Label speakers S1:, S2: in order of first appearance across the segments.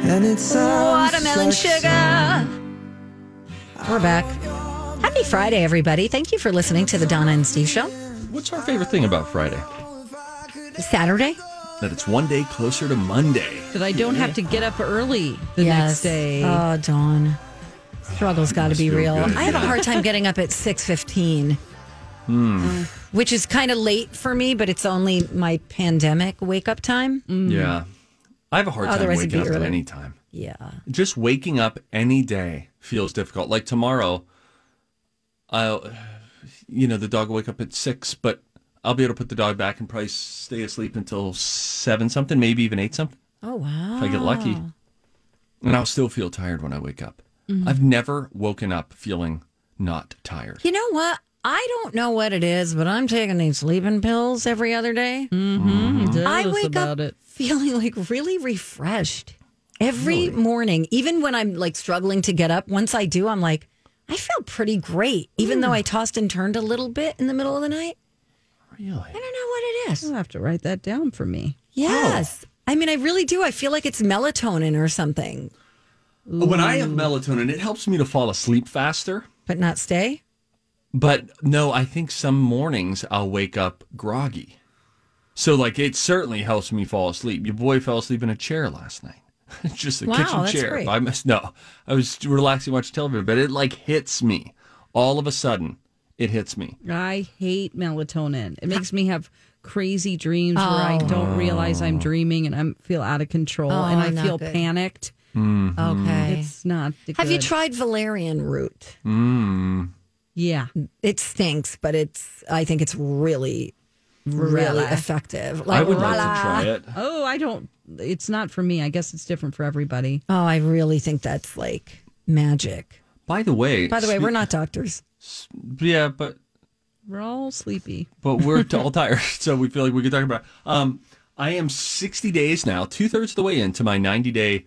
S1: And it sounds
S2: Watermelon
S1: like
S2: sugar. We're back. Happy Friday, everybody. Thank you for listening to the Donna and Steve Show.
S3: What's our favorite thing about Friday?
S2: Saturday.
S3: That it's one day closer to Monday.
S4: That I don't have to get up early the next day.
S2: Oh, Dawn. Struggle's got to
S3: Must
S2: be
S3: feel
S2: real.
S3: good,
S2: I have a
S3: yeah.
S2: hard time getting up at 6.15,
S3: Hmm.
S2: which is kind of late for me, but it's only my pandemic wake-up time.
S3: Yeah. I have a hard time
S2: Otherwise it'd
S3: waking up
S2: be
S3: at
S2: early.
S3: any time.
S2: Yeah.
S3: Just waking up any day feels difficult. Like tomorrow, I'll, you know, the dog will wake up at six, but I'll be able to put the dog back and probably stay asleep until seven something, maybe even eight something
S2: Oh, wow.
S3: if I get lucky. And I'll still feel tired when I wake up. I've never woken up feeling not tired.
S2: You know what? I don't know what it is, but I'm taking these sleeping pills every other day. I
S4: Jealous
S2: wake
S4: Mm-hmm.
S2: up
S4: about it.
S2: feeling like really refreshed every morning, even when I'm like struggling to get up. Once I do, I'm like, I feel pretty great, even
S4: Mm.
S2: though I tossed and turned a little bit in the middle of the night.
S3: Really?
S2: I don't know what it is.
S4: I'll have to write that down for me.
S2: Yes. I mean, I really do. I feel like it's melatonin or something,
S3: When I have melatonin, it helps me to fall asleep faster.
S2: but not stay.
S3: But no, I think some mornings I'll wake up groggy. So like it certainly helps me fall asleep. Your boy fell asleep in a chair last night. Just a
S2: Wow,
S3: kitchen
S2: that's
S3: chair.
S2: great.
S3: I must no. I was relaxing watching television, but it like hits me. All of a sudden, it hits me.
S4: I hate melatonin. It makes me have crazy dreams where I don't realize I'm dreaming and I feel out of control
S2: Oh,
S4: and I
S2: not
S4: feel
S2: good.
S4: panicked.
S2: Okay.
S4: Mm-hmm. It's not. the
S2: Have you
S4: good-
S2: tried valerian root?
S4: Yeah.
S2: It stinks, but it's, I think it's really, really
S4: Really?
S2: effective.
S3: I would like
S2: voila.
S3: to try it.
S4: Oh, I don't. It's not for me. I guess it's different for everybody.
S2: Oh, I really think that's like magic.
S3: By the way,
S2: By the way,
S3: spe-
S2: we're not doctors.
S3: yeah, but
S4: We're all sleepy.
S3: but we're t- all tired, so we feel like we could talk about. It. Um, I am sixty days now, two thirds of the way into my ninety day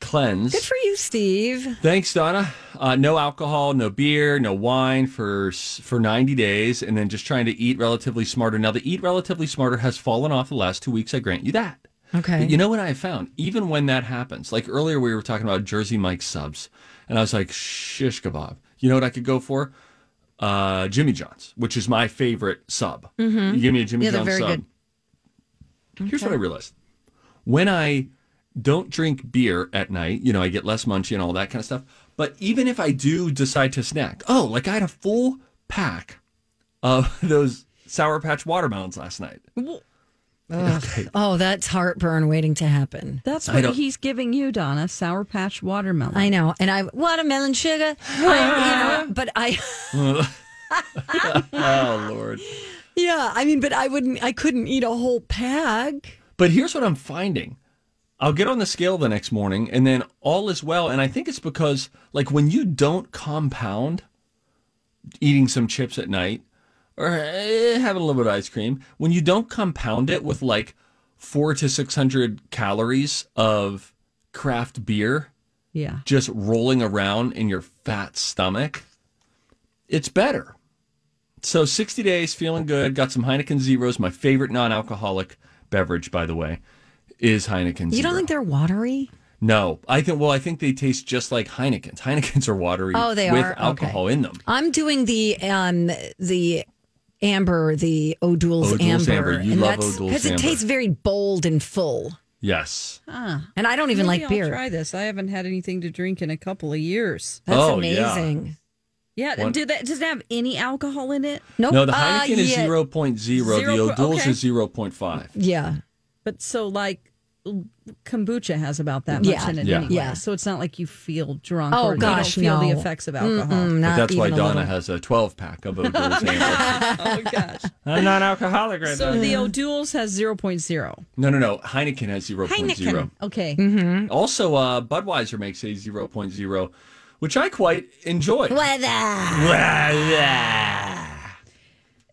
S3: cleanse.
S2: Good for you, Steve.
S3: Thanks, Donna. Uh, no alcohol, no beer, no wine for s- for 90 days, and then just trying to eat relatively smarter. Now, the eat relatively smarter has fallen off the last two weeks. I grant you that.
S2: Okay.
S3: But you know what I have found? Even when that happens, like earlier we were talking about Jersey Mike's subs, and I was like, shish kebab. You know what I could go for? Uh, Jimmy John's, which is my favorite sub. You give me a
S2: Mm-hmm.
S3: Jimmy
S2: Yeah, they're
S3: John's
S2: very
S3: sub.
S2: good.
S3: Here's what I realized. When I don't drink beer at night, you know, I get less munchy and all that kind of stuff. But even if I do decide to snack, oh, like I had a full pack of those Sour Patch watermelons last night.
S2: Oh, that's heartburn waiting to happen.
S4: That's
S3: I
S4: what
S3: don't-
S4: he's giving you, Donna. Sour Patch watermelon.
S2: I know. And I watermelon sugar. I, you know, but I
S3: Oh, Lord.
S2: yeah, I mean, but I wouldn't I couldn't eat a whole pack.
S3: But here's what I'm finding. I'll get on the scale the next morning and then all is well. And I think it's because, like, when you don't compound eating some chips at night or eh, having a little bit of ice cream, when you don't compound it with like four to 600 calories of craft beer
S4: Yeah.
S3: just rolling around in your fat stomach, it's better. So 60 days feeling good. Got some Heineken Zeros. My favorite non-alcoholic beverage, by the way, is Heineken Zero.
S2: You don't think they're watery?
S3: No, I think. Well, I think they taste just like Heinekens. Heinekens are watery.
S2: Oh, they
S3: with
S2: are? Okay.
S3: alcohol in them.
S2: I'm doing the um the amber, the O'Doul's,
S3: O'Doul's
S2: amber.
S3: Amber. You
S2: and
S3: love
S2: that's
S3: O'Doul's
S2: it
S3: amber.
S2: tastes very bold and full.
S3: Yes.
S2: And I don't even
S4: Maybe
S2: like
S4: I'll
S2: beer.
S4: Try this. I haven't had anything to drink in a couple of years.
S2: That's
S3: Oh, yeah.
S2: amazing.
S4: Yeah.
S3: One-
S4: Do that? Does it have any alcohol in it?
S2: Nope.
S3: No, the
S2: Uh,
S3: Heineken is
S2: yeah.
S3: 0.0.
S4: Zero
S3: The
S4: po-
S3: O'Doul's
S4: okay.
S3: is 0.5.
S2: Yeah.
S4: But so like kombucha has about that
S2: Yeah.
S4: much in it
S3: Yeah.
S4: anyway.
S2: Yeah.
S4: So it's not like you feel drunk
S2: Oh,
S4: or
S2: gosh,
S4: you don't feel
S2: no.
S4: the effects of alcohol.
S3: But
S2: Not
S3: that's why
S2: even a
S3: Donna
S2: little.
S3: has a 12 pack of O'Doul's Amber.
S4: Oh gosh.
S3: I'm not alcoholic right
S4: So the O'Doul's has 0.0.
S3: No, no, no. Heineken has 0.0.
S4: Okay.
S2: Mm-hmm.
S3: Also, uh, Budweiser makes a 0.0, which I quite enjoy.
S2: Weather.
S4: Uh,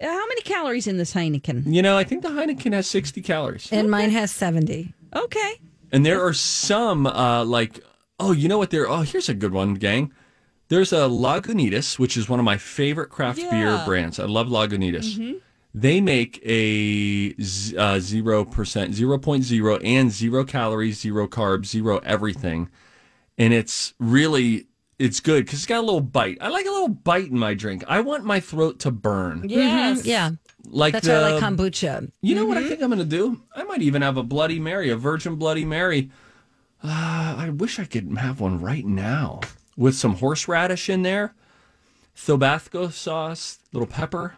S4: How many calories in this Heineken?
S3: You know, I think the Heineken has 60 calories.
S2: And mine has 70.
S4: Okay.
S3: And there are some, uh, like, oh, you know what? There. Oh, here's a good one, gang. There's a Lagunitas, which is one of my favorite craft beer brands. I love Lagunitas.
S2: Mm-hmm.
S3: They make a z- uh, 0%, 0.0 and zero calories, zero carbs, zero everything. And it's really, it's good because it's got a little bite. I like a little bite in my drink. I want my throat to burn.
S2: Yes. Mm-hmm. Yeah.
S3: Like
S2: That's
S3: the,
S2: why I like kombucha.
S3: you know what I think I'm going to do? I might even have a Bloody Mary, a Virgin Bloody Mary. Uh, I wish I could have one right now with some horseradish in there, Tobasco sauce, little pepper.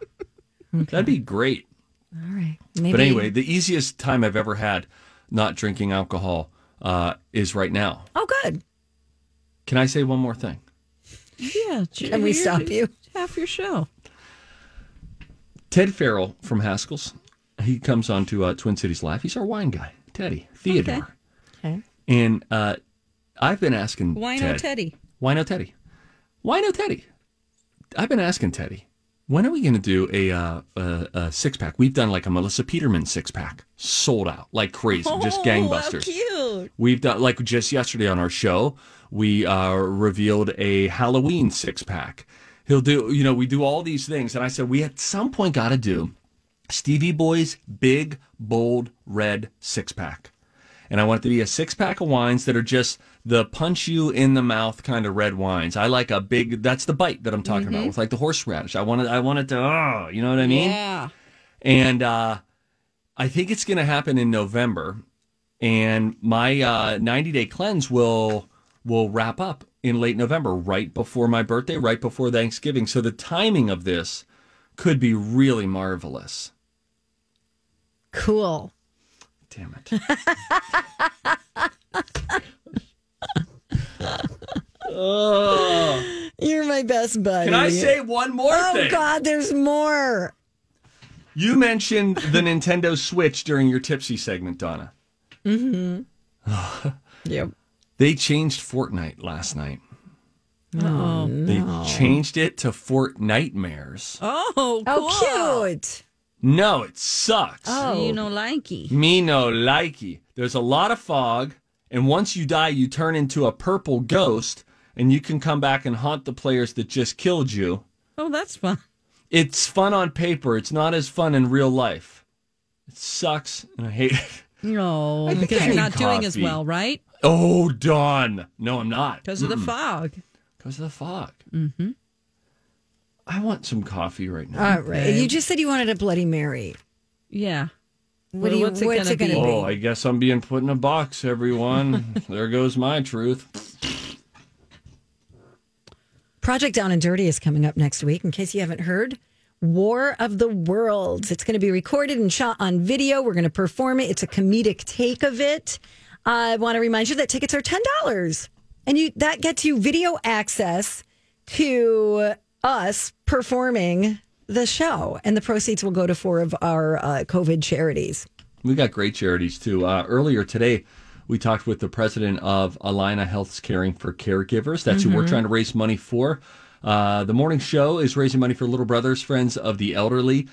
S3: That'd be great.
S2: All right. Maybe.
S3: But anyway, the easiest time I've ever had not drinking alcohol uh, is right now.
S2: Oh, good.
S3: Can I say one more thing?
S4: Yeah.
S2: Can we stop you?
S4: Half your show.
S3: Ted Farrell from Haskell's. He comes on to uh, Twin Cities Live. He's our wine guy, Teddy Theodore.
S2: Okay. Okay.
S3: And uh, I've been asking
S4: Wino
S3: Ted-
S4: Teddy.
S3: Wino Teddy. Wino Teddy. I've been asking Teddy, when are we going to do a, uh, a, a six pack? We've done like a Melissa Peterman six pack, sold out like crazy, just gangbusters.
S4: cute.
S3: We've done like just yesterday on our show, we uh, revealed a Halloween six pack. He'll do, you know, we do all these things, and I said we at some point got to do Stevie Boy's big bold red six pack, and I want it to be a six pack of wines that are just the punch you in the mouth kind of red wines. I like a big. That's the bite that I'm talking about with like the horseradish. I wanted, I wanted to, oh, you know what I mean?
S4: Yeah.
S3: and uh, I think it's going to happen in November. And my uh, 90 day cleanse will will wrap up in late November, right before my birthday, right before Thanksgiving. So the timing of this could be really marvelous.
S2: Cool.
S3: Damn it. oh,
S2: You're my best buddy.
S3: can I say one more
S2: Oh,
S3: thing?
S2: God, there's more.
S3: You mentioned the Nintendo Switch during your tipsy segment, Donna.
S4: Mm-hmm.
S3: Mm-hmm.
S4: Yep.
S3: They changed Fortnite last night.
S4: Oh.
S3: They changed it to Fort Nightmares.
S4: Oh, cool.
S2: Oh, cute.
S3: No, it sucks.
S4: Oh. You know, likey.
S3: Me no likey. There's a lot of fog, and once you die, you turn into a purple ghost, and you can come back and haunt the players that just killed you.
S4: Oh, that's fun.
S3: It's fun on paper. It's not as fun in real life. It sucks, and I hate it.
S4: No,
S3: think
S4: because
S3: I
S4: you're
S3: need
S4: not doing as
S3: coffee.
S4: well, right?
S3: Oh, Dawn. No, I'm not.
S4: Because of the fog.
S3: Because of the fog. Mm-hmm. I want some coffee right now.
S2: All right. You just said you wanted a Bloody Mary.
S4: Yeah.
S2: What do you-
S4: what's it
S2: what's
S4: going to
S2: it gonna
S4: be?
S2: be?
S3: Oh, I guess I'm being put in a box, everyone. there goes my truth.
S2: Project Down and Dirty is coming up next week. In case you haven't heard, War of the Worlds. It's going to be recorded and shot on video. We're going to perform it. It's a comedic take of it. I want to remind you that tickets are ten dollars, and you that gets you video access to us performing the show, and the proceeds will go to four of our uh, COVID charities.
S3: We got great charities too. Uh, earlier today, we talked with the president of Alina Health's Caring for Caregivers. That's who we're trying to raise money for. Uh, the morning show is raising money for Little Brothers, Friends of the Elderly.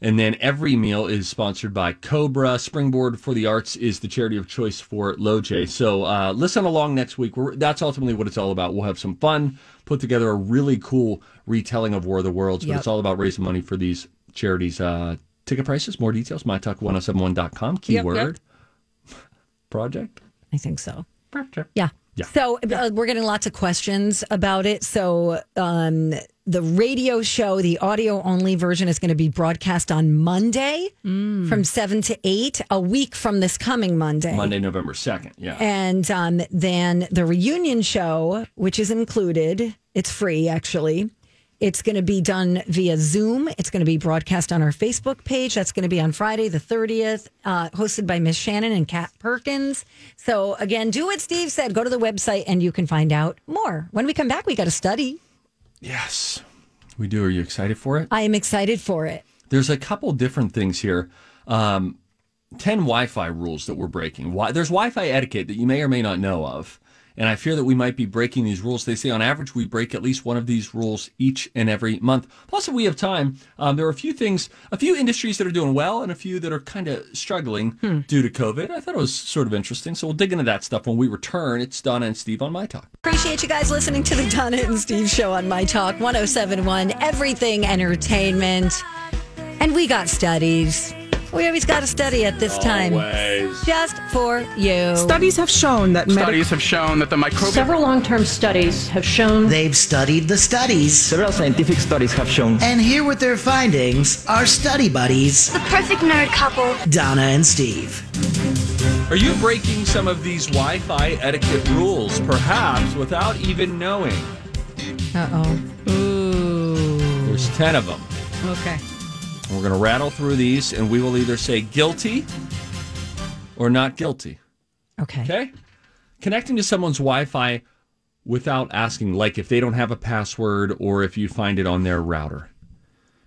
S3: And then every meal is sponsored by Cobra. Springboard for the Arts is the charity of choice for LoJ. So uh, listen along next week. We're, that's ultimately what it's all about. We'll have some fun, put together a really cool retelling of War of the Worlds, but it's all about raising money for these charities. Uh, ticket prices, more details, mytalk1071.com, keyword project.
S2: I think so.
S3: Project.
S2: Yeah. So uh, we're getting lots of questions about it. So um, the radio show, the audio only version, is going to be broadcast on Monday from seven to eight, a week from this coming Monday.
S3: Monday, November 2nd. Yeah.
S2: And um, then the reunion show, which is included, it's free actually, It's going to be done via Zoom. It's going to be broadcast on our Facebook page. That's going to be on Friday, the 30th, uh, hosted by Miss Shannon and Kat Perkins. So, again, do what Steve said. Go to the website and you can find out more. When we come back, we got to study.
S3: Yes, we do. Are you excited for it?
S2: I am excited for it.
S3: There's a couple different things here. Um, 10 Wi Fi rules that we're breaking. Why, there's Wi Fi etiquette that you may or may not know of. And I fear that we might be breaking these rules. They say on average we break at least one of these rules each and every month. Plus, if we have time, um, there are a few things, a few industries that are doing well and a few that are kind of struggling due to COVID. I thought it was sort of interesting. So we'll dig into that stuff when we return. It's Donna and Steve on My Talk.
S2: Appreciate you guys listening to the Donna and Steve show on My Talk 1071, everything entertainment. And we got studies. We always got a study at this time. Just for you.
S5: Studies have shown that medic-
S6: Studies have shown that the microbial
S7: Several long term studies have shown
S8: They've studied the studies.
S9: Several scientific studies have shown
S8: And here with their findings are study buddies,
S10: The perfect nerd couple.
S8: Donna and Steve.
S3: Are you breaking some of these Wi Fi etiquette rules, perhaps without even knowing?
S2: Uh oh.
S3: There's 10 of them.
S4: Okay.
S3: We're going to rattle through these and we will either say guilty or not guilty.
S2: Okay.
S3: Okay? Connecting to someone's Wi Fi without asking, like if they don't have a password or if you find it on their router.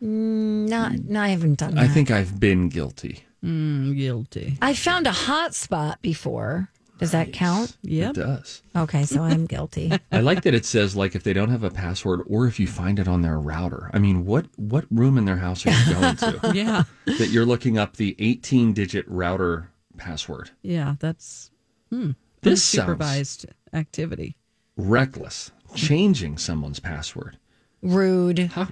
S2: Not, no, I haven't done that.
S3: I think I've been guilty.
S4: Mm, guilty.
S2: I found a hot spot before. Does that count?
S4: Yep.
S3: It does.
S2: Okay, so I'm guilty.
S3: I like that it says like if they don't have a password or if you find it on their router. I mean, what what room in their house are you going to
S4: Yeah.
S3: that you're looking up the 18 digit router password?
S4: Yeah. That's
S3: This sounds
S4: supervised activity.
S3: reckless. Changing someone's password.
S2: Rude.
S3: How,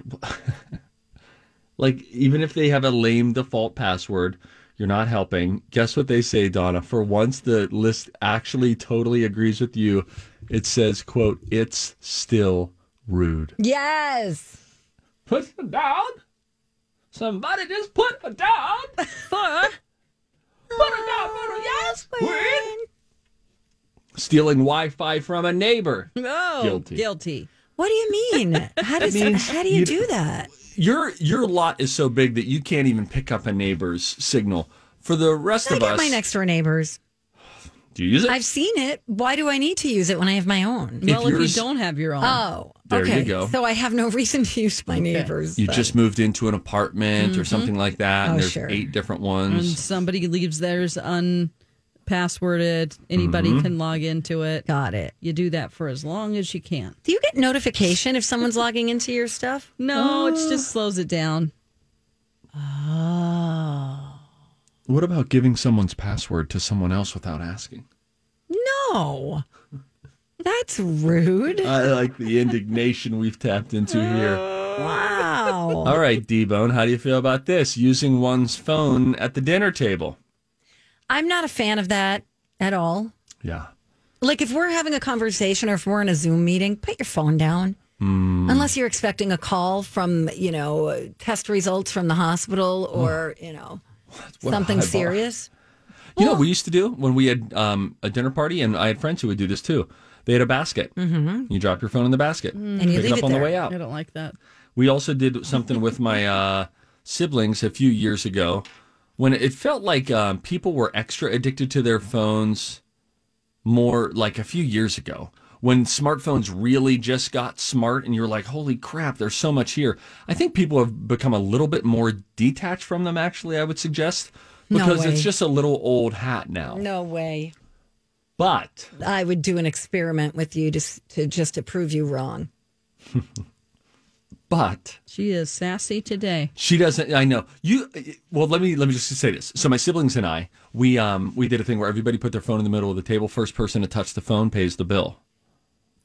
S3: like even if they have a lame default password, you're not helping. Guess what they say, Donna? For once the list actually totally agrees with you. It says, quote, it's still rude.
S2: Yes.
S3: Put her down. Somebody just put her down. Put her. Put her down. Put her. Yes, queen. Stealing Wi-Fi from a neighbor.
S2: Oh,
S4: No.
S3: Guilty.
S4: Guilty.
S2: What do you mean? How does how do you, do that?
S3: Your your lot is so big that you can't even pick up a neighbor's signal. For the rest
S2: I
S3: of
S2: get
S3: us,
S2: my next door neighbors.
S3: do you use it?
S2: I've seen it. Why do I need to use it when I have my own?
S3: If
S4: well, if you
S3: yours-
S4: don't have your own.
S2: Oh,
S3: There you
S2: okay.
S3: go.
S2: So I have no reason to use my neighbors.
S3: you
S2: then.
S3: just moved into an apartment or something like that,
S2: Oh,
S3: and there's
S2: sure.
S3: eight different
S4: and
S3: ones.
S4: somebody leaves theirs unpassworded. Anybody
S3: Mm-hmm.
S4: can log into it.
S2: got it.
S4: You do that for as long as you can.
S2: Do you get notification if someone's logging into your stuff? Oh.
S4: No, it just slows it down.
S3: What about giving someone's password to someone else without asking?
S2: No. That's rude.
S3: I like the indignation we've tapped into here.
S2: Wow.
S3: All right, D Bone, how do you feel about this? Using one's phone at the dinner table.
S2: I'm not a fan of that at all.
S3: Yeah.
S2: Like if we're having a conversation or if we're in a Zoom meeting, put your phone down.
S3: Hmm.
S2: Unless you're expecting a call from, you know, test results from the hospital or, you know,
S3: what a
S2: something
S3: high bar.
S2: serious.
S3: You know what we used to do when we had um, a dinner party, and I had friends who would do this too. They had a basket. Mm-hmm. You drop your phone in the basket,
S2: Mm-hmm. And you
S3: pick it
S2: leave
S3: up
S2: it
S3: on
S2: there.
S3: the way
S4: I
S3: out.
S4: don't like that.
S3: We also did something with my uh, siblings a few years ago when it felt like um, people were extra addicted to their phones more like a few years ago when smartphones really just got smart and you're like, holy crap, there's so much here. I think people have become a little bit more detached from them, actually, I would suggest,
S2: No
S3: because
S2: way.
S3: it's just a little old hat now.
S2: No way.
S3: But
S2: I would do an experiment with you to, s- to just to prove you wrong.
S3: but
S4: She is sassy today.
S3: She doesn't. I know you. Well, let me let me just say this. So my siblings and I, we um we did a thing where everybody put their phone in the middle of the table. First person to touch the phone pays the bill.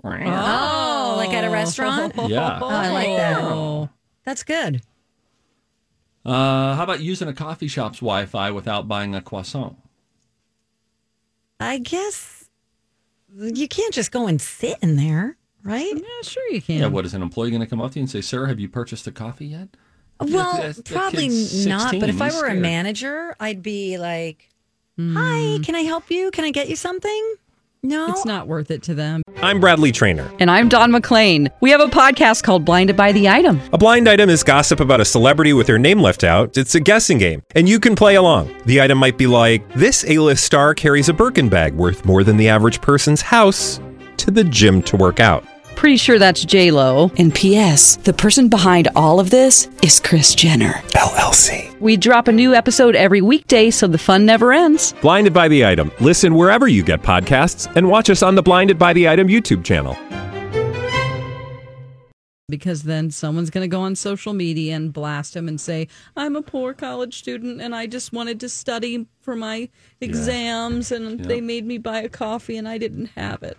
S2: Oh, like at a restaurant?
S3: Yeah.
S2: I like that.
S4: Oh,
S2: That's good.
S3: Uh, how about using a coffee shop's Wi-Fi without buying a croissant?
S2: I guess you can't just go and sit in there, right?
S4: yeah, sure you can.
S3: Yeah. What is an employee going to come up to you and say, "Sir, have you purchased a coffee yet?"
S2: Well,
S3: Mm-hmm. That- that- that
S2: probably
S3: kid's
S2: not. But
S3: 16,
S2: if I
S3: he's
S2: were a
S3: scared.
S2: Hmm. manager, I'd be like, "Hi, can I help you? Can I get you something?" No,
S4: It's not worth it to them.
S5: I'm Bradley Trainer.
S4: And I'm Don McClain. We have a podcast called Blinded by the Item.
S5: A blind item is gossip about a celebrity with their name left out. It's a guessing game, and you can play along. The item might be like this: A-list star carries a Birkin bag worth more than the average person's house to the gym to work out.
S4: Pretty sure that's J Lo. And P.S. The person behind all of this is Chris Jenner.
S5: LLC.
S4: We drop a new episode every weekday, so the fun never ends.
S5: Blinded by the item. Listen wherever you get podcasts, and watch us on the Blinded by the Item YouTube channel.
S4: Because then someone's going to go on social media and blast him and say, "I'm a poor college student and I just wanted to study for my exams, and they made me buy a coffee and I didn't have it."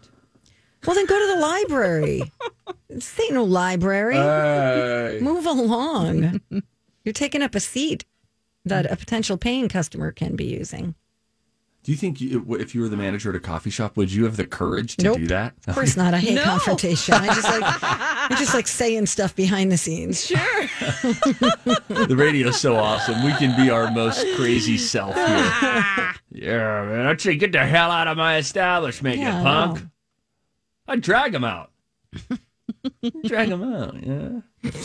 S2: well then go to the library. this ain't no library. Move along. You're taking up a seat that a potential paying customer can be using.
S3: Do you think you, if you were the manager at a coffee shop, would you have the courage to
S2: Nope.
S3: do that?
S2: Of course not. I hate confrontation. I just like I just like saying stuff behind the scenes.
S3: the radio's so awesome. We can be our most crazy self here. yeah, man. I'd say get the hell out of my establishment,
S2: Yeah, I
S3: you punk. I'd drag him out. drag him out, yeah.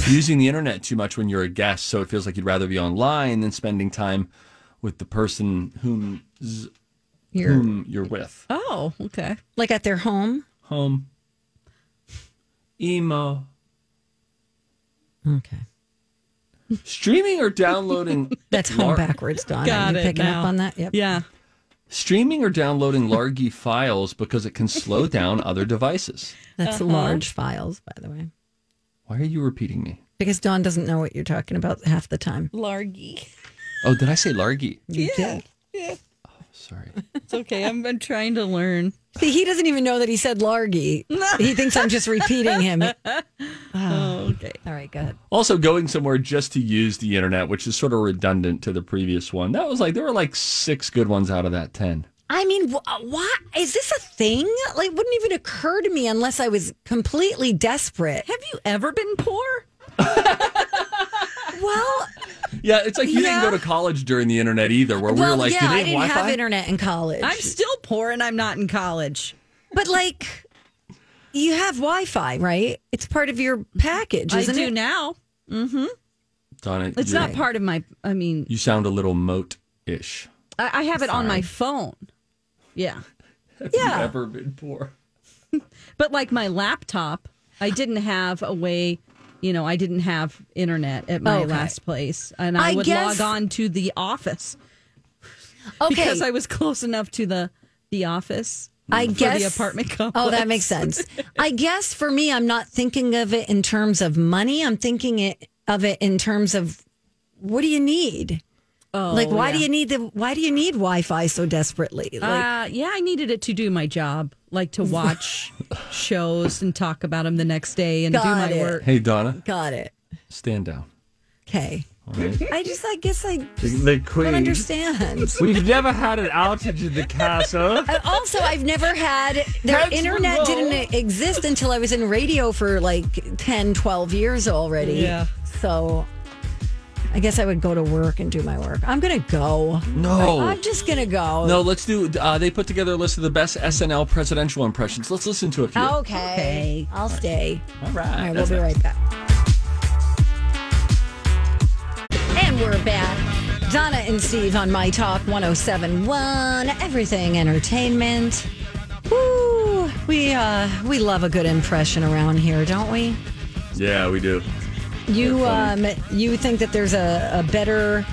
S3: Using the internet too much when you're a guest, so it feels like you'd rather be online than spending time with the person whom,
S4: You're,
S3: whom you're with.
S4: oh, okay.
S2: Like at their home.
S3: Home. Emo.
S2: Okay.
S3: Streaming or downloading
S2: That's home
S3: Lar-
S2: backwards, Don.
S4: Got
S2: Are you
S4: it
S2: picking
S4: now.
S2: up on that? Yep.
S4: Yeah.
S3: Streaming or downloading large files because it can slow down other devices.
S2: That's
S4: Uh-huh.
S2: large files, by the way.
S3: Why are you repeating me?
S2: Because Dawn doesn't know what you're talking about half the time.
S4: Largy.
S3: Oh, did I say largy?
S2: You did.
S3: Sorry.
S4: It's okay. I'm, I'm trying to learn.
S2: See, he doesn't even know that he said largy. he thinks I'm just repeating him. Ah.
S4: Oh, okay.
S2: All right, go ahead.
S3: Also, going somewhere just to use the internet, which is sort of redundant to the previous one. That was like, there were like six good ones out of that 10.
S2: I mean, wh- why is this a thing? Like, wouldn't even occur to me unless I was completely desperate.
S4: Have you ever been poor?
S2: Well,
S3: Yeah, it's like you
S2: Yeah.
S3: didn't go to college during the internet either, where we were
S2: well,
S3: like,
S2: yeah,
S3: do
S2: I
S3: they
S2: didn't
S3: Wi
S2: have
S3: Fi?
S2: internet in college,
S4: I'm still poor and I'm not in college.
S2: but like, you have Wi-Fi, right? It's part of your package,
S4: I
S2: isn't
S4: do
S2: it?
S4: now.
S3: Donna,
S4: It's
S3: you're-
S4: not part of my. I mean,
S3: You sound a little moat ish.
S4: I, I have it on my phone. Yeah,
S3: Have
S2: Yeah.
S3: you ever been poor?
S4: but like my laptop, I didn't have a way. You know, I didn't have internet at my
S2: Okay.
S4: last place, and I,
S2: I
S4: would
S2: guess-
S4: log on to the office
S2: Okay,
S4: because I was close enough to the the office.
S2: I
S4: for
S2: guess
S4: the apartment complex.
S2: Oh, that makes sense. I guess for me, I'm not thinking of it in terms of money. I'm thinking it of it in terms of what do you need?
S4: Oh,
S2: like, why do
S4: yeah.
S2: you need the why do you need Wi-Fi so desperately? Like,
S4: uh, yeah, I needed it to do my job, like to watch shows and talk about them the next day and do
S2: Got
S4: my
S2: it.
S4: work.
S3: Hey, Donna,
S2: got it.
S3: stand down.
S2: Okay. I just, I guess, I
S3: The,
S2: just don't understand.
S3: We've never had an outage in the castle.
S2: Uh, also, I've never had their
S3: That's
S2: internet
S3: remote.
S2: didn't exist until I was in radio for like 10, 12 years already.
S4: Yeah.
S2: So I guess I would go to work and do my work. I'm going to go.
S3: No.
S2: I'm just going to go.
S3: No, let's do. Uh, they put together a list of the best SNL presidential impressions. Let's listen to a few.
S2: Oh, Okay. I'll stay.
S3: All right.
S2: All right, we'll
S3: That's
S2: be
S3: it.
S2: right back. And we're back. Donna and Steve on My Talk 1071, Everything Entertainment. Woo! We uh we love a good impression around here, don't we?
S3: Yeah, we do.
S2: You um you think that there's a, a better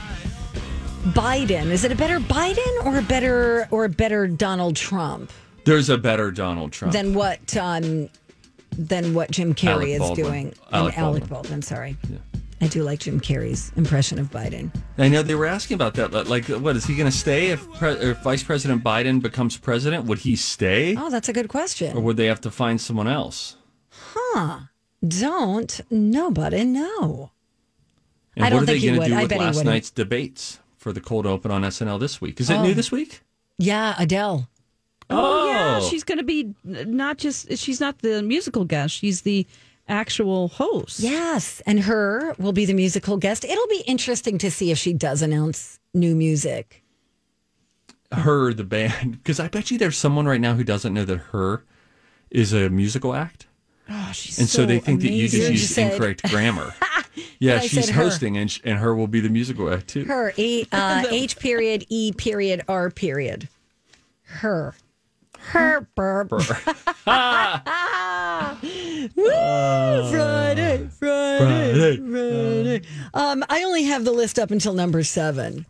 S2: Biden. Is it a better Biden or a better or a better Donald Trump
S3: There's a better Donald Trump.
S2: than what um than what Jim
S3: Alec
S2: Carrey is
S3: Baldwin.
S2: doing?
S3: Alec
S2: and Alec
S3: Baldwin.
S2: Baldwin, sorry. I do like Jim Carrey's impression of Biden.
S3: I know they were asking about that. but, Like, what is he going to stay if, pre- if Vice President Biden becomes president? Would he stay,
S2: Oh, that's a good
S3: or
S2: question.
S3: would they have to find someone else?
S2: Don't nobody know.
S3: And
S2: I don't
S3: what
S2: think
S3: are they
S2: he
S3: gonna
S2: would.
S3: do
S2: I
S3: with
S2: bet he
S3: last
S2: wouldn't. Oh.
S3: night's debates for the cold open on SNL this week? Is it new this week?
S2: Yeah, Adele.
S4: Oh, yeah, she's going to be n- not just she's not the musical guest; she's the actual host.
S2: Yes, and her will be the musical guest. It'll be interesting to see if she does announce new music.
S3: her, the band, because I bet you there's someone right now who doesn't know that her is a musical act.
S2: Oh, she's
S3: And so, they think that you
S2: amazing.
S3: just used
S2: said
S3: incorrect grammar. yeah,
S2: I
S3: she's
S2: said her.
S3: hosting, and, sh- and her will be the musical act too.
S2: Her e, uh, H period E period R period. Her. Her burp.
S3: Uh,
S2: Woo! Friday, Friday, Friday. Um, I only have the list up until number seven.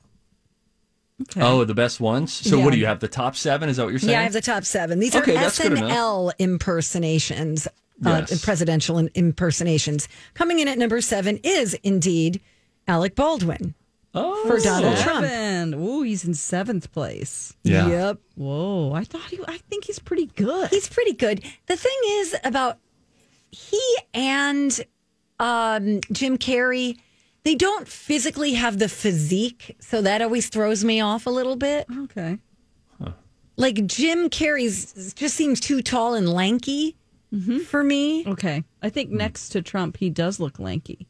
S3: Oh, the best ones. So
S2: Yeah.
S3: what do you have? The top seven? Is that what you're saying?
S2: Yeah, I have the top seven. These
S3: Okay,
S2: are
S3: that's good enough.
S2: SNL impersonations, uh,
S3: Yes.
S2: presidential in- impersonations. Coming in at number seven is indeed Alec Baldwin.
S3: oh,
S2: for Donald Trump.
S4: Seven. Ooh, he's in seventh place.
S3: Yeah.
S2: Yep.
S4: Whoa, I thought he. I think he's pretty good.
S2: He's pretty good. The thing is about he and um, Jim Carrey, they don't physically have the physique, so that always throws me off a little bit.
S4: okay.
S2: Like Jim Carrey's just seems too tall and lanky for me.
S4: Okay. I think
S3: Hmm.
S4: next to Trump, he does look lanky.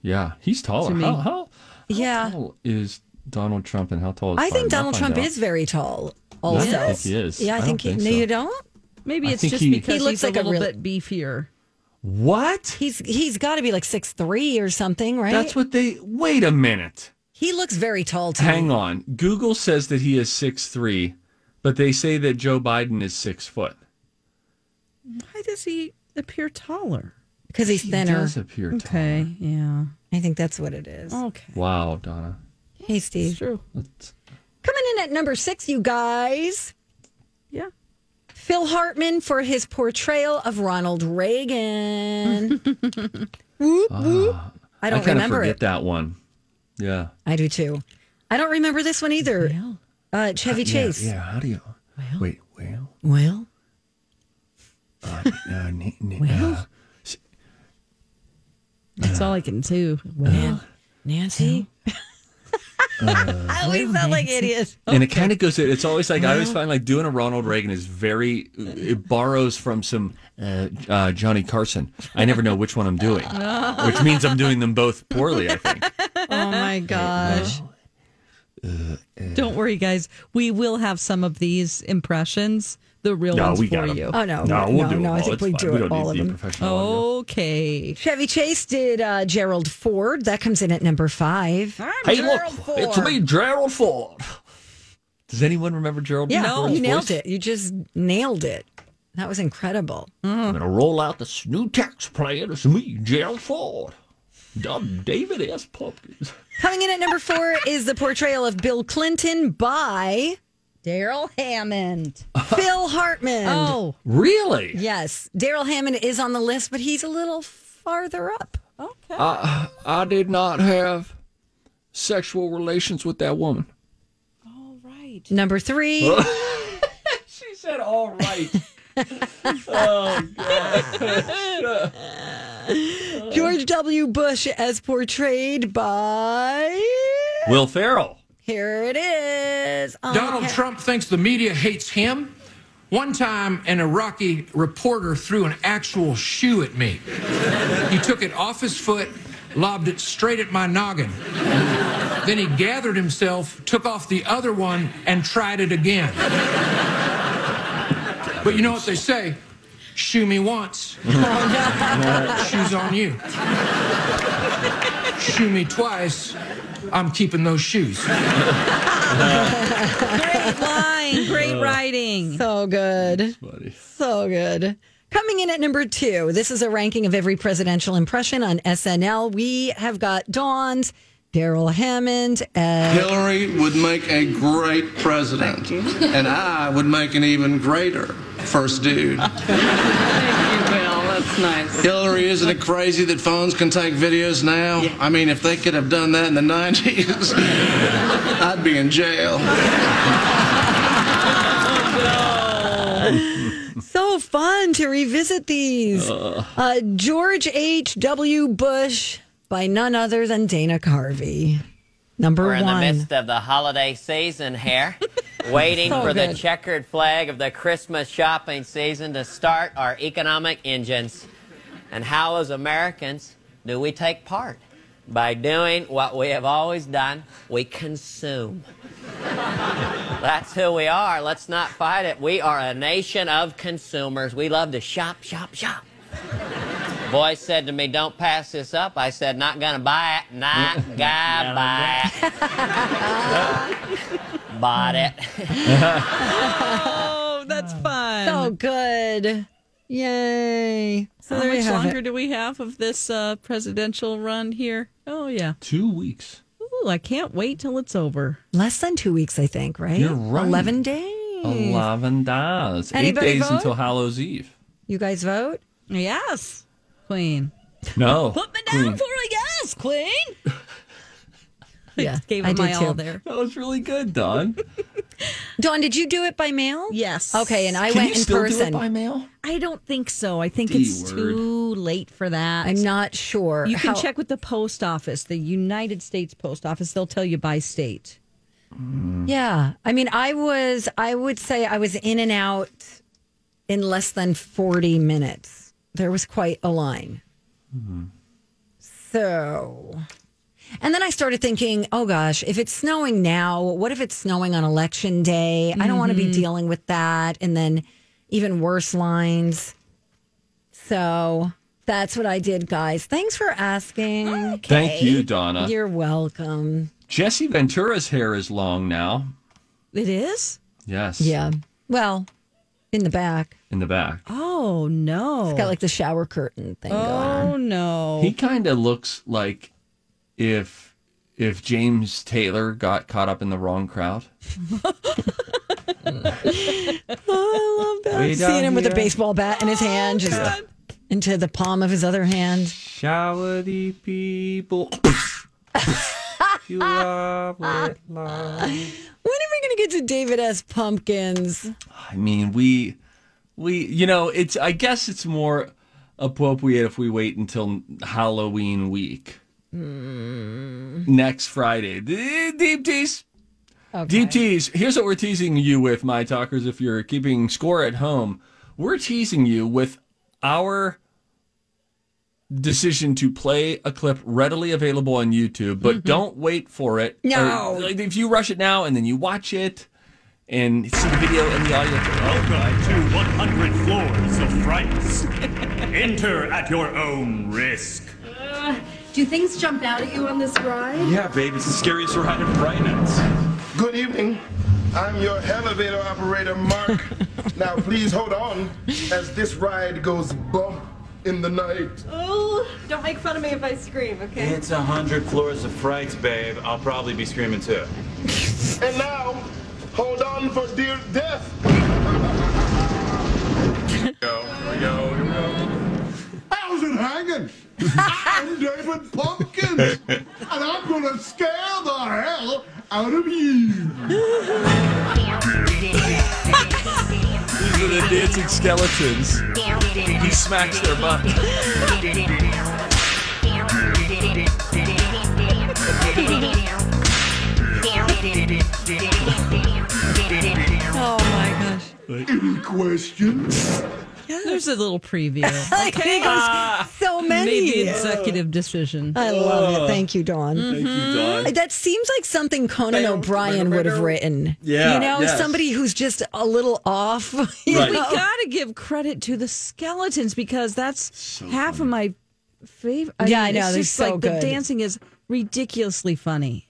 S3: Yeah, he's taller.
S4: To me.
S3: How, how,
S2: Yeah.
S3: how tall is Donald Trump and how tall is
S2: I
S3: Biden? I'll
S2: think Donald
S3: find
S2: Trump
S3: out.
S2: is very tall.
S3: I
S2: Also,
S3: don't think he is.
S2: yeah, I,
S3: don't
S2: think, he,
S3: so.
S2: no, you don't.
S4: Maybe
S3: I
S4: it's
S3: think
S4: just
S3: he-
S4: because
S2: He looks
S4: he's
S2: like
S4: a
S2: a
S4: little
S2: real-
S4: bit beefier.
S3: What?
S2: He's he's got to be like six three or something, right?
S3: That's what they. Wait a minute.
S2: he looks very tall to
S3: Hang
S2: me.
S3: on. Google says that he is six three, but they say that Joe Biden is six foot.
S4: Why does he appear taller?
S2: because he's
S3: He
S2: thinner.
S3: does appear tall.
S4: Okay. Yeah.
S2: I think that's what it is.
S4: Okay.
S3: Wow, Donna.
S2: Hey, Steve.
S4: True.
S3: That's-
S2: Coming in at number six, you guys,
S4: Yeah.
S2: Phil Hartman for his portrayal of Ronald Reagan. Whoop, whoop. I
S3: Ah, I
S2: don't
S3: kind of
S2: remember
S3: forget
S2: it.
S3: that one. Yeah.
S2: I do too. I don't remember this one either. Uh, Chevy Chase.
S3: Yeah. yeah, How do you? Wait. Well.
S2: Well,
S3: Uh, uh, n- n- uh,
S4: That's all I can do. Well,
S2: Nancy.
S3: Uh,
S2: we felt like idiots.
S3: And it kind of goes. It's always like I always find like doing a Ronald Reagan is very. It borrows from some uh, uh, Johnny Carson. I never know which one I'm doing, which means I'm doing them both poorly. I think.
S4: oh my gosh. Don't worry, guys. We will have some of these impressions, the real ones for
S3: 'em. Oh,
S4: you.
S2: Oh, no.
S3: No, we'll
S2: no,
S3: do 'em
S2: no,
S3: all.
S2: I think
S3: It's
S2: we
S3: fine.
S2: do it
S3: don't need
S2: all of
S3: the
S2: them. Oh,
S3: professional audio.
S4: Okay.
S2: Chevy Chase did uh, Gerald Ford. That comes in at number five.
S3: Hey,
S2: Gerald
S3: look, it's me, Gerald Ford. Does anyone remember Gerald?
S2: Yeah,
S3: Ford's
S2: you nailed
S3: voice?
S2: it. You just nailed it. That was incredible.
S3: I'm gonna roll out this new tax plan. It's me, Gerald Ford. Dub David S. Pumpkins.
S2: Coming in at number four is the portrayal of Bill Clinton by
S4: Daryl Hammond.
S2: Phil Hartman.
S4: Oh,
S3: Really?
S2: yes. Daryl Hammond is on the list, but he's a little farther up.
S4: okay.
S3: I did not have sexual relations with that woman.
S4: all right.
S2: Number three,
S3: She said, "All right."
S2: George W. Bush as portrayed by.
S3: Will Farrell.
S2: Here it is. on
S6: Donald
S2: ca-
S6: Trump thinks the media hates him. One time, an Iraqi reporter threw an actual shoe at me. He took it off his foot, lobbed it straight at my noggin. Then he gathered himself, took off the other one, and tried it again. But you know what they say? Shoe me once. Shoes on you. Shoe me twice. I'm keeping those shoes.
S4: Great line. Great writing.
S2: So good. So good. Coming in at number two, this is a ranking of every presidential impression on SNL. We have got Dawn's Daryl Hammond as
S10: Hillary would make a great president. And I would make an even greater first dude.
S11: Thank you, Bill. That's nice.
S10: Hillary, isn't it crazy that phones can take videos now? I mean, if they could have done that in the 90s, I'd be in jail.
S2: so fun to revisit these. Uh, George H.W. Bush by none other than Dana Carvey. Number
S11: We're in the
S2: one.
S11: midst of the holiday season here, waiting
S2: So
S11: for the
S2: good.
S11: checkered flag of the Christmas shopping season to start our economic engines. And how, as Americans, do we take part? By doing what we have always done we consume. That's who we are. Let's not fight it. We are a nation of consumers. We love to shop, shop, shop. Boy said to me, Don't pass this up. I said, Not gonna buy it. Not gonna buy it. Bought
S12: Mm.
S11: it.
S4: oh, that's fun.
S2: So good. Yay. So
S4: How
S2: there you
S4: much
S2: have
S4: longer
S2: it.
S4: do we have of this uh, presidential run here? Oh, yeah.
S3: Two weeks.
S4: Ooh, I can't wait till it's over.
S2: Less than two weeks, I think, right?
S3: You're right. Oh.
S2: 11 days.
S3: Eleven dollars.
S2: Hmm.
S3: Eight
S2: Anybody
S3: days
S2: vote?
S3: until Hallows Eve.
S2: You guys vote?
S4: Yes, Queen.
S3: No.
S4: Put me
S3: Queen.
S4: down for a yes, Queen.
S2: Yeah.
S4: Gave
S2: I
S4: it
S2: do
S4: my all
S2: too.
S4: there.
S3: That was really good, Don.
S2: Dawn, did you do it by mail?
S4: Yes.
S2: Okay, and I
S3: Can
S2: went
S3: you
S2: in
S3: still
S2: person.
S3: do it by mail?
S4: I don't think so. I think
S3: D
S4: it's
S3: word.
S4: too late for that.
S2: I'm not sure.
S4: You can
S2: how-
S4: check with the post office, the United States Post Office. They'll tell you by state.
S2: Yeah. I mean, I was, I would say I was in and out in less than 40 minutes. There was quite a line.
S3: Mm-hmm.
S2: So, and then I started thinking, oh gosh, if it's snowing now, what if it's snowing on election day? I don't want to
S3: Mm-hmm.
S2: be dealing with that. And then even worse lines. So that's what I did, guys. Thanks for asking.
S3: Thank you, Donna.
S2: You're welcome.
S3: Jesse Ventura's hair is long now.
S4: It is?
S3: Yes.
S2: Yeah. Well, in the back.
S3: In the back.
S4: Oh, no.
S2: It's got like the shower curtain thing going on.
S4: oh, no.
S3: He kind of looks like if if James Taylor got caught up in the wrong crowd.
S2: I love that.
S3: Way down
S2: Seeing him with a
S3: here.
S2: baseball bat in his hand, just into the palm of his other hand.
S3: Shower the people. you love it, love.
S2: When are we going to get to David S. Pumpkins?
S3: I mean, we we you know, it's I guess it's more appropriate if we wait until Halloween week.
S2: Hmm.
S3: Next Friday. D- Deep tease.
S2: Okay.
S3: Deep tease. Here's what we're teasing you with, my talkers. If you're keeping score at home, we're teasing you with our decision to play a clip readily available on YouTube, but don't wait for it.
S2: Mm-hmm. No.
S3: Or, like, if you rush it now and then you watch it and see the video and the audio. Oh,
S13: Welcome to 100 floors of frights. Enter at your own risk.
S14: Uh, Do things jump out at you on this ride?
S13: Yeah, baby, it's the scariest ride of Fright Nights.
S12: Good evening. I'm your elevator operator, Mark. now, please hold on as this ride goes bump in the night.
S14: Oh, don't make fun of me if I scream, okay?
S13: It's 100 floors of frights, babe. I'll probably be screaming too.
S12: And now, hold on for dear death.
S13: Go, here we go, here we go.
S12: How's it hanging? I'm David Pumpkins, and I'm gonna scare the hell out of you.
S3: These are the dancing skeletons. He smacks their butt.
S4: oh, my gosh.
S12: Any questions?
S4: There's a little preview.
S2: Like, he goes, so
S4: Made the
S2: many.
S4: executive decision.
S2: I love it. Thank you, Dawn.
S3: Thank you, Don.
S2: That seems like something Conan O'Brien would have written.
S3: Yeah,
S2: You know,
S3: yes.
S2: somebody who's just a little off. you
S3: Right.
S4: We
S2: know?
S4: gotta give credit to the skeletons because that's half of my favorite.
S2: Yeah, I know,
S4: It's
S2: they're
S4: just
S2: so
S4: like
S2: good.
S4: the dancing is ridiculously funny.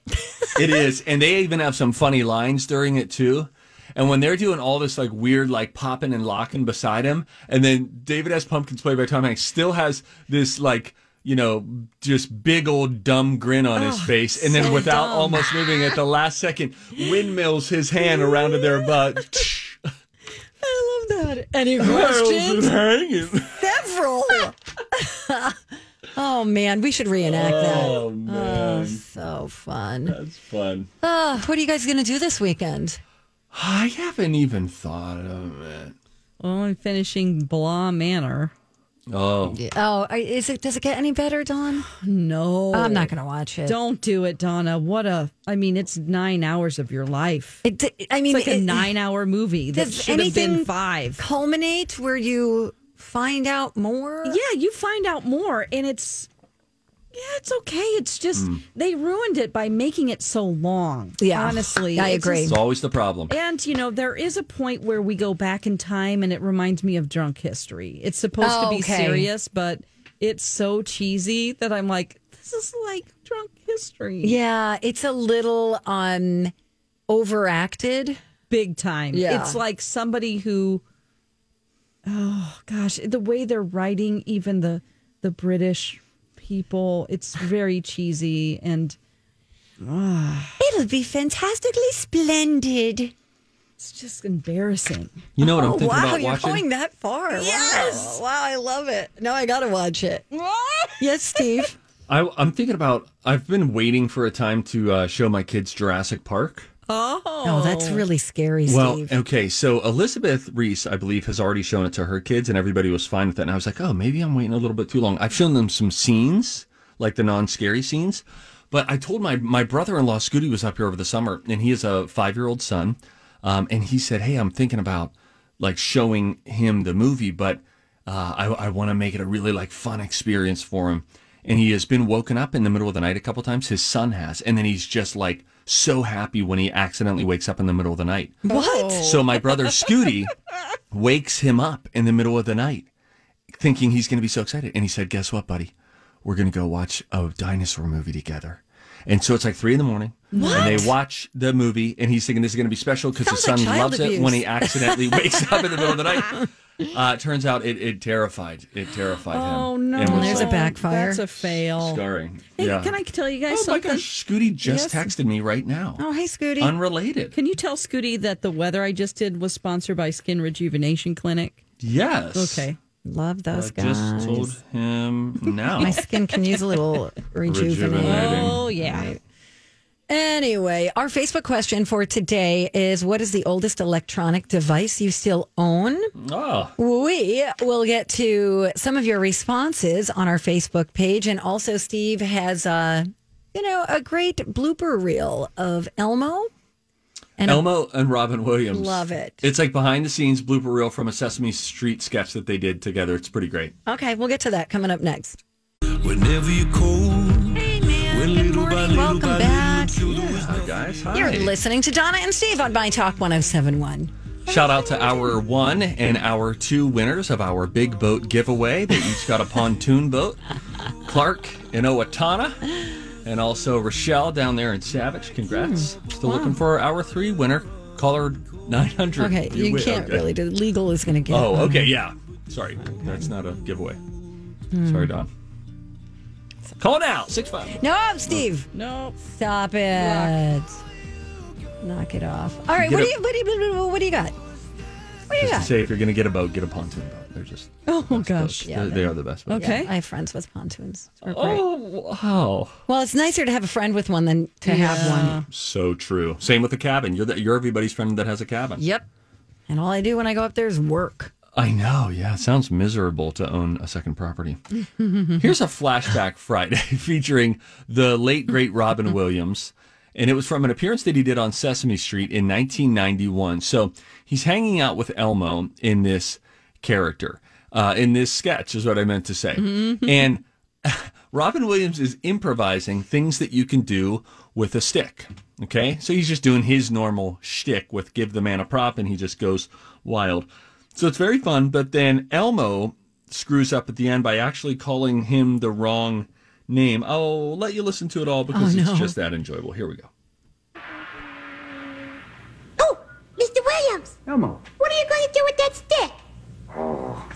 S3: It is, and they even have some funny lines during it too. And when they're doing all this like weird, like popping and locking beside him, and then David S. Pumpkins, played by Tom Hanks, still has this like you know just big old dumb grin on
S2: Oh,
S3: his face, and then
S4: so
S3: without
S4: dumb.
S3: almost moving at the last second, windmills his hand around to their butt.
S4: I love that.
S2: Any
S3: How's it
S2: questions?
S3: hanging?
S2: Several. oh, man. We should reenact
S3: Oh
S2: that.
S3: man,
S2: So fun.
S3: that's fun.
S2: Oh, what are you guys going to do this weekend?
S3: I haven't even thought of it.
S4: Well, Oh, I'm finishing Blah Manor.
S3: Oh,
S2: Oh, I- is it? Does it get any better, Dawn?
S4: No,
S2: I'm not going to watch it.
S4: Don't do it, Donna. What a! I mean, it's nine hours of your life.
S2: It, d- I mean,
S4: It's like a
S2: it-
S4: nine-hour movie that
S2: does
S4: should have been
S2: anything
S4: five.
S2: Culminate where you find out more.
S4: Yeah, you find out more, and it's Yeah, it's okay. It's just they ruined it by making it so long.
S2: Yeah,
S4: honestly,
S2: I
S4: It's
S2: agree.
S4: just-
S3: It's always the problem.
S4: And you know, there is a point where we go back in time, and it reminds me of drunk history. It's supposed
S2: Oh,
S4: to be
S2: okay.
S4: serious, but it's so cheesy that I'm like, this is like drunk history.
S2: Yeah, it's a little um overacted.
S4: big time.
S2: Yeah.
S4: It's like somebody who oh gosh, the way they're writing even the the British people, it's very cheesy and ah,
S2: It'll Oh, be fantastically splendid.
S4: it's just embarrassing.
S3: You know what I'm
S2: oh,
S3: thinking
S2: wow,
S3: about
S2: you're
S3: watching?
S2: going that far. Yes. Wow. wow, I love it. No, I got to watch it. yes, Steve.
S3: I, I'm thinking about. I've been waiting for a time to uh, show my kids Jurassic Park.
S4: Oh.
S2: No, that's really scary,
S3: Well,
S2: Steve.
S3: okay, so Elizabeth Reese, I believe, has already shown it to her kids, and everybody was fine with that. And I was like, oh, maybe I'm waiting a little bit too long. I've shown them some scenes, like the non-scary scenes, but I told my my brother-in-law Scooty was up here over the summer, and he has a five-year-old son, um, and he said, hey, I'm thinking about like showing him the movie, but uh, I, I want to make it a really like fun experience for him. And he has been woken up in the middle of the night a couple times. His son has, and then he's just like so happy when he accidentally wakes up in the middle of the night.
S2: What?
S3: So my brother Scooty wakes him up in the middle of the night, thinking he's going to be so excited. And he said, "Guess what, buddy? We're going to go watch a dinosaur movie together." And so it's like three in the morning, and
S15: What?
S3: they watch the movie, and he's thinking this is going to be special because his son
S15: Sounds like child
S3: loves it
S15: abuse.
S3: when he accidentally wakes up in the middle of the night. Uh, turns out it, it terrified it terrified him.
S4: Oh no.
S3: and was,
S2: There's a
S3: like,
S2: backfire.
S4: That's a fail.
S3: scarring.
S4: Hey,
S3: yeah.
S4: can I tell you guys
S3: oh my
S4: something?
S3: gosh, Scooty just
S4: Yes.
S3: texted me right now.
S2: Oh, hey, Scooty.
S3: Unrelated.
S4: Can you tell Scooty that the weather I just did was sponsored by Skin Rejuvenation Clinic?
S3: Yes.
S4: Okay.
S2: Love
S3: I
S2: those guys.
S3: just told him now.
S2: My skin can use a little rejuvenating.
S3: Rejuvenating.
S4: Oh yeah.
S2: Anyway, our Facebook question for today is what is the oldest electronic device you still own?
S3: Oh.
S2: We will get to some of your responses on our Facebook page. And also, Steve has a, you know, a great blooper reel of Elmo. And a-
S3: Elmo and Robin Williams.
S2: Love it.
S3: It's like behind the scenes blooper reel from a Sesame Street sketch that they did together. It's pretty great.
S2: okay, we'll get to that coming up next.
S15: Whenever you cold, hey man, when little by little
S2: Welcome
S15: by
S2: back.
S15: little,
S3: Hi, guys. Hi.
S2: You're listening to Donna and Steve on My Talk 1071.
S3: Shout out to our one and our two winners of our big boat giveaway. They each got a pontoon boat. Clark in Owatonna, and also Rochelle down there in Savage. Congrats.
S2: Hmm.
S3: Still looking for our three winner. Caller 900.
S2: Okay, you,
S3: win.
S2: can't
S3: Okay.
S2: really do Legal is going to get.
S3: Oh,
S2: one.
S3: okay, yeah. Sorry, that's not a giveaway.
S4: Hmm.
S3: Sorry, Don. Call now, 6-5.
S2: No, Steve.
S4: No.
S2: Stop it. Knock it off. All right,
S3: Get
S2: what do,
S3: a-
S2: you, what, do you, what do you got? What do you
S3: Just to
S2: got?
S3: say, if you're going to get a boat, get a pontoon boat. They're just,
S4: Oh gosh.
S3: they- they are the best boats.
S4: Okay.
S2: I have friends with pontoons. They're great.
S3: Oh, wow.
S2: Well, it's nicer to have a friend with one than to have one.
S3: So true. Same with the cabin. You're the, you're everybody's friend that has a cabin.
S2: Yep. And all I do when I go up there is work.
S3: I know. Yeah, it sounds miserable to own a second property. Here's a flashback Friday featuring the late great Robin Williams, and it was from an appearance that he did on Sesame Street in 1991. So he's hanging out with Elmo in this character, uh, in this sketch, is what I meant to say, and. Robin Williams is improvising things that you can do with a stick. Okay. So he's just doing his normal shtick with give the man a prop and he just goes wild. So it's very fun. But then Elmo screws up at the end by actually calling him the wrong name. I'll let you listen to it all because
S2: Oh, no.
S3: it's just that enjoyable. Here we go.
S16: Oh, Mr. Williams,
S17: Elmo,
S16: what are you going to do with that stick?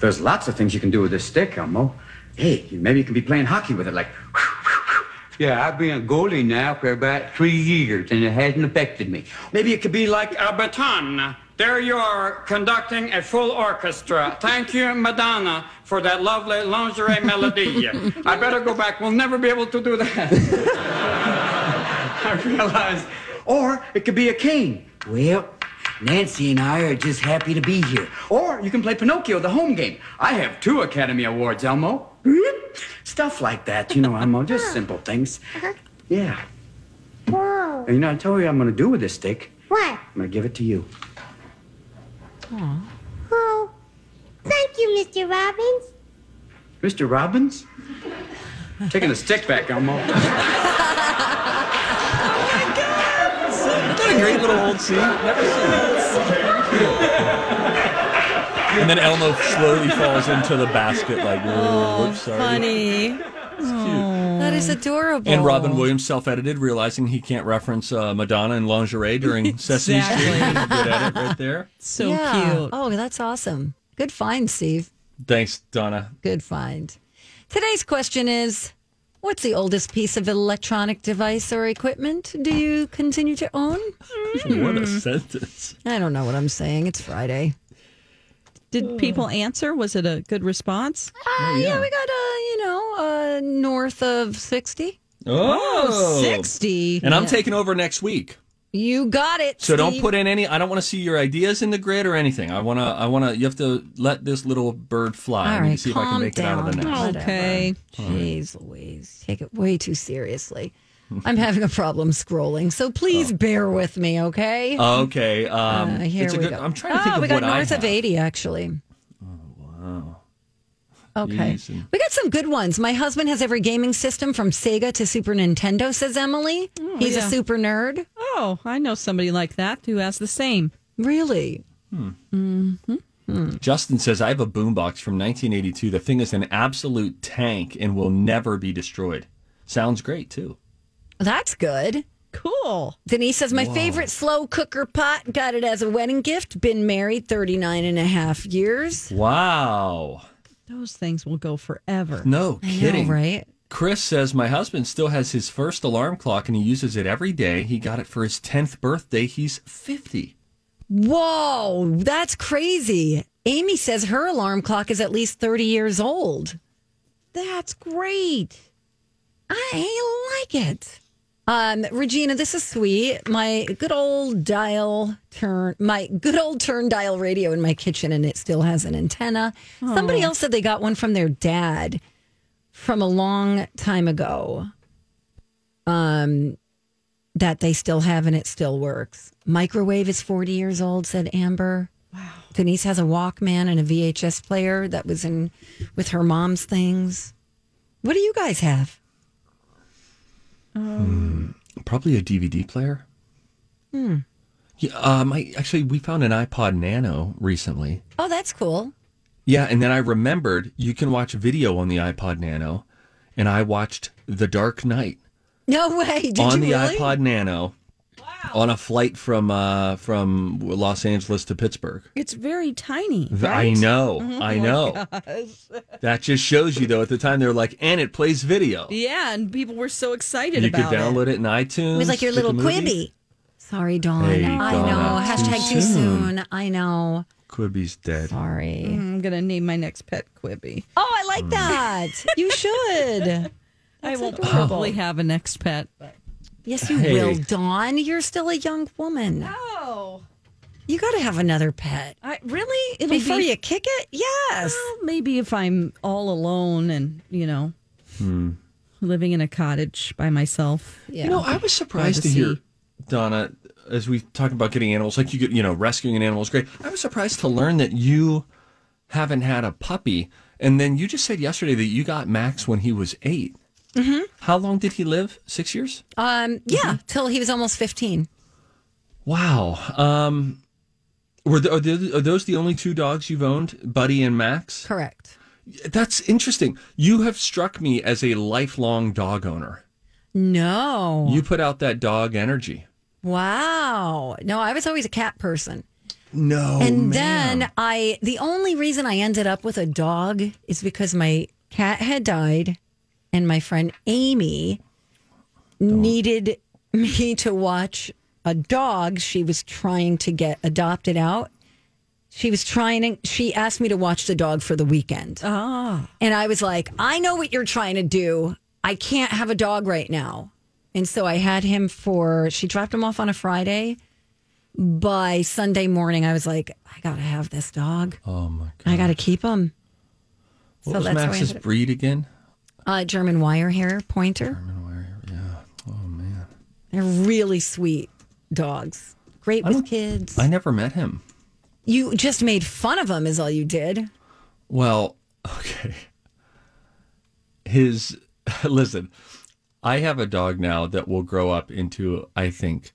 S17: there's lots of things you can do with this stick, Elmo. Hey, you- maybe you can be playing hockey with it, like. Yeah, I've been a goalie now for about three years, and it hasn't affected me. Maybe it could be like a baton.
S18: There you are, conducting a full orchestra. Thank you, Madonna, for that lovely lingerie melody. I better go back. We'll never be able to do that.
S17: I realize. Or it could be a cane.
S8: Well, Nancy and I are just happy to be here.
S17: Or you can play Pinocchio, the home game. I have two Academy Awards, Elmo.
S16: Hmm?
S17: Stuff like that, you know, Elmo. Just simple things. Yeah.
S16: Uh-huh. Whoa.
S17: You know, I told you I'm going to do with this stick.
S16: What?
S17: I'm going to give it to you.
S16: Oh, thank you, Mr. Robbins.
S17: Mr. Robbins? Taking the stick back, Elmo.
S3: What a great little old scene. Never seen it. and then Elmo slowly falls into the basket like, oh, whoops, sorry.
S2: Funny. Oh. Aw, That is adorable.
S3: Mm. And Robin Williams self-edited, realizing he can't reference uh, Madonna and lingerie during Sesame Street.
S2: Exactly.
S3: He's good at it right there.
S4: So
S2: Yeah.
S4: cute.
S2: Oh, that's awesome. Good find, Steve.
S3: Thanks, Donna.
S2: Good find. Today's question is What's the oldest piece of electronic device or equipment do you continue to own?
S3: What
S2: Hmm.
S3: a sentence.
S2: I don't know what I'm saying. It's Friday.
S3: Oh.
S4: Did people answer? Was it a good response?
S2: Uh, yeah. we got, uh, you know, uh, north of 60.
S3: Oh,
S4: Oh, 60.
S3: And I'm
S2: Yeah.
S3: taking over next week.
S2: You got it.
S3: So don't
S2: Steve.
S3: put in any. I don't want to see your ideas in the grid or anything. I wanna. I wanna. You have to let this little bird fly. I
S2: All
S3: need to
S2: right,
S3: see if I
S2: calm
S3: can make
S2: down.
S3: it out of the nest.
S4: Okay.
S3: All right.
S2: Jeez Louise. Take it way too seriously. I'm having a problem scrolling, so
S3: Oh.
S2: please bear with me, okay?
S3: Okay. Um,
S2: Uh, here
S3: it's a
S2: we
S3: good,
S2: go.
S3: I'm trying to
S2: oh,
S3: think of
S2: we got
S3: what I
S2: north
S3: have. Oh,
S2: of 80, actually.
S3: Wow.
S2: Okay.
S3: Jeez, and-
S2: We got some good ones. My husband has every gaming system from Sega to Super Nintendo, says Emily.
S3: Oh,
S2: He's
S4: yeah.
S2: a super nerd.
S4: Oh, I know somebody like that who has the same.
S2: Really?
S3: Justin says, I have a boombox from 1982. The thing is an absolute tank and will never be destroyed. Sounds great, too.
S2: That's good.
S4: Cool.
S2: Denise says, My
S3: Whoa.
S2: favorite slow cooker pot. Got it as a wedding gift. Been married 39 and a half years.
S3: Wow.
S4: Those things will go forever.
S3: No
S2: I know,
S3: kidding.
S2: right?
S3: Chris says, My husband still has his first alarm clock and he uses it every day. He got it for his 10th birthday. He's 50.
S2: Whoa, that's crazy. Amy says her alarm clock is at least 30 years old. That's great. I like it. Um, Regina, this is sweet. My good old dial turn, my good old turn dial radio in my kitchen, and it still has an antenna. Somebody else said they got one from their dad from a long time ago. Um, that they still have and it still works. Microwave is 40 years old, said Amber. Wow. Denise has a Walkman and a VHS player that was in with her mom's things. What do you guys have?
S3: Probably a DVD player.
S2: Hmm.
S3: Yeah, um, I, actually, we found an iPod Nano recently.
S2: Oh, that's cool.
S3: Yeah, and then I remembered you can watch video on the iPod Nano, and I watched The Dark Knight
S2: No way. Did
S3: on
S2: you
S3: the
S2: really?
S3: iPod Nano on a flight from uh, from Los Angeles to Pittsburgh.
S4: It's very tiny.
S3: Th- I
S4: right?
S3: know,
S2: Mm-hmm.
S4: Oh
S3: I
S4: my
S3: know.
S4: gosh.
S3: That just shows you though. At the time, they were like, "And it plays video."
S4: Yeah, and people were so excited
S3: You could
S4: about it.
S3: download it. in iTunes.
S2: It was like your
S3: with the
S2: little
S3: movie.
S2: Quibi. Sorry, Dawn.
S3: Hey,
S2: I
S3: Dawn,
S2: know.
S3: too
S2: Hashtag too
S3: soon.
S2: soon. I know.
S3: Quibi's dead.
S2: Sorry.
S4: I'm gonna name my next pet Quibby.
S2: Oh, I like that. you should.
S4: I will
S2: adorable.
S4: probably have a next pet.
S2: Yes, you
S3: Hey.
S2: will, Dawn. You're still a young woman.
S4: Oh,
S2: You got to have another pet.
S4: I really it'll
S2: Before
S4: be
S2: you kick it? Yes.
S4: well, maybe if I'm all alone and you know
S3: Hmm.
S4: living in a cottage by myself.
S2: Yeah.
S3: You know, I was surprised to
S4: By the
S3: hear
S4: sea.
S3: Donna as we talk about getting animals, like you could, you know, rescuing an animal is great. I was surprised to learn that you haven't had a puppy, and then you just said yesterday that you got Max when he was 8 Mm-hmm. How long did he live? Six years?
S2: Um, yeah, till he was almost 15.
S3: Wow. Um, were th- are, th- are those the only two dogs you've owned, Buddy and Max?
S2: Correct.
S3: That's interesting. You have struck me as a lifelong dog owner.
S2: No.
S3: You put out that dog energy.
S2: wow. No, I was always a cat person.
S3: No,
S2: and
S3: ma'am.
S2: then I, the only reason I ended up with a dog is because my cat had died and my friend Amy needed me to watch a dog she was trying to get adopted out. She was trying to, she asked me to watch the dog for the weekend.
S4: Ah,
S2: And I was like, I know what you're trying to do. I can't have a dog right now. And so I had him for, she dropped him off on a Friday. By Sunday morning, I was like, I got to have this dog.
S3: oh my god.
S2: I got to keep him.
S3: What
S2: So
S3: was
S2: that's why I
S3: Max's
S2: ended up-
S3: breed again?
S2: Uh, German wire hair pointer.
S3: Oh man,
S2: They're really sweet dogs. Great
S3: I
S2: with
S3: don't-
S2: kids.
S3: I never met him.
S2: you just made fun of them, is all you did.
S3: Well, okay. His Listen, I have a dog now that will grow up into, I think,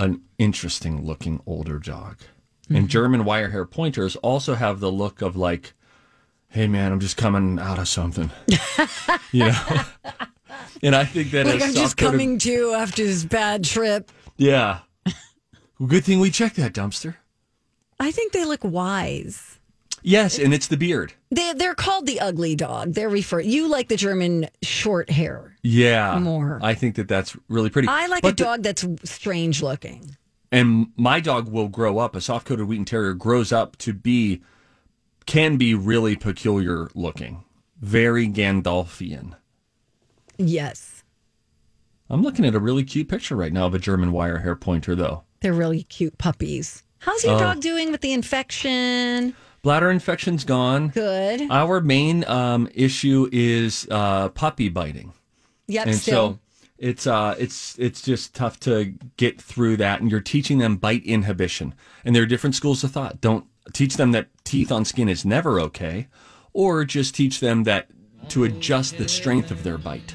S3: an interesting looking older dog.
S2: Mm-hmm.
S3: And German wirehair pointers also have the look of like, hey man, I'm just coming out of something. you know? and I think that
S2: Like
S3: a
S2: I'm just
S3: soft-coated-
S2: coming to after this bad trip.
S3: Yeah. Well, good thing we checked that dumpster.
S2: I think they look wise.
S3: Yes, and it's the beard.
S2: They they're called the ugly dog. They're referred. You like the German short hair.
S3: Yeah.
S2: More.
S3: I think that that's really pretty.
S2: I like a
S3: But the-
S2: dog that's strange looking.
S3: and my dog will grow up. A soft coated Wheaten Terrier grows up to be, can be really peculiar looking, very Gandalfian.
S2: Yes,
S3: I'm looking at a really cute picture right now of a German wire hair pointer, though.
S2: they're really cute puppies. How's your
S3: Oh.
S2: dog doing with the infection?
S3: Bladder infection's gone.
S2: Good.
S3: Our main um, issue is uh, puppy biting.
S2: Yep.
S3: and
S2: still.
S3: so it's uh it's it's just tough to get through that and you're teaching them bite inhibition and there are different schools of thought don't teach them that teeth on skin is never okay or just teach them that to adjust the strength of their bite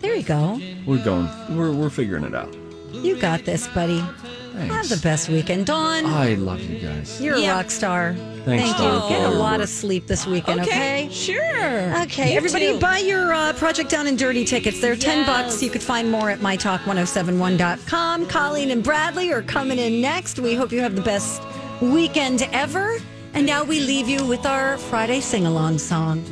S2: there you go.
S3: we're going we're, we're figuring it out
S2: You got this, buddy. Have the best weekend, Dawn.
S3: i love you guys
S2: You're a rock star.
S3: Thanks,
S2: Thank
S3: Dawn,
S2: you.
S3: for
S2: Get
S3: all
S2: a
S3: your
S2: lot
S3: work.
S2: of sleep this weekend, okay?
S4: Sure.
S2: Okay,
S4: You
S2: everybody
S4: too.
S2: buy your uh, Project Down and Dirty tickets. They're 10 bucks. You could find more at mytalk1071.com. Colleen and Bradley are coming in next. We hope you have the best weekend ever. And now we leave you with our Friday sing along song.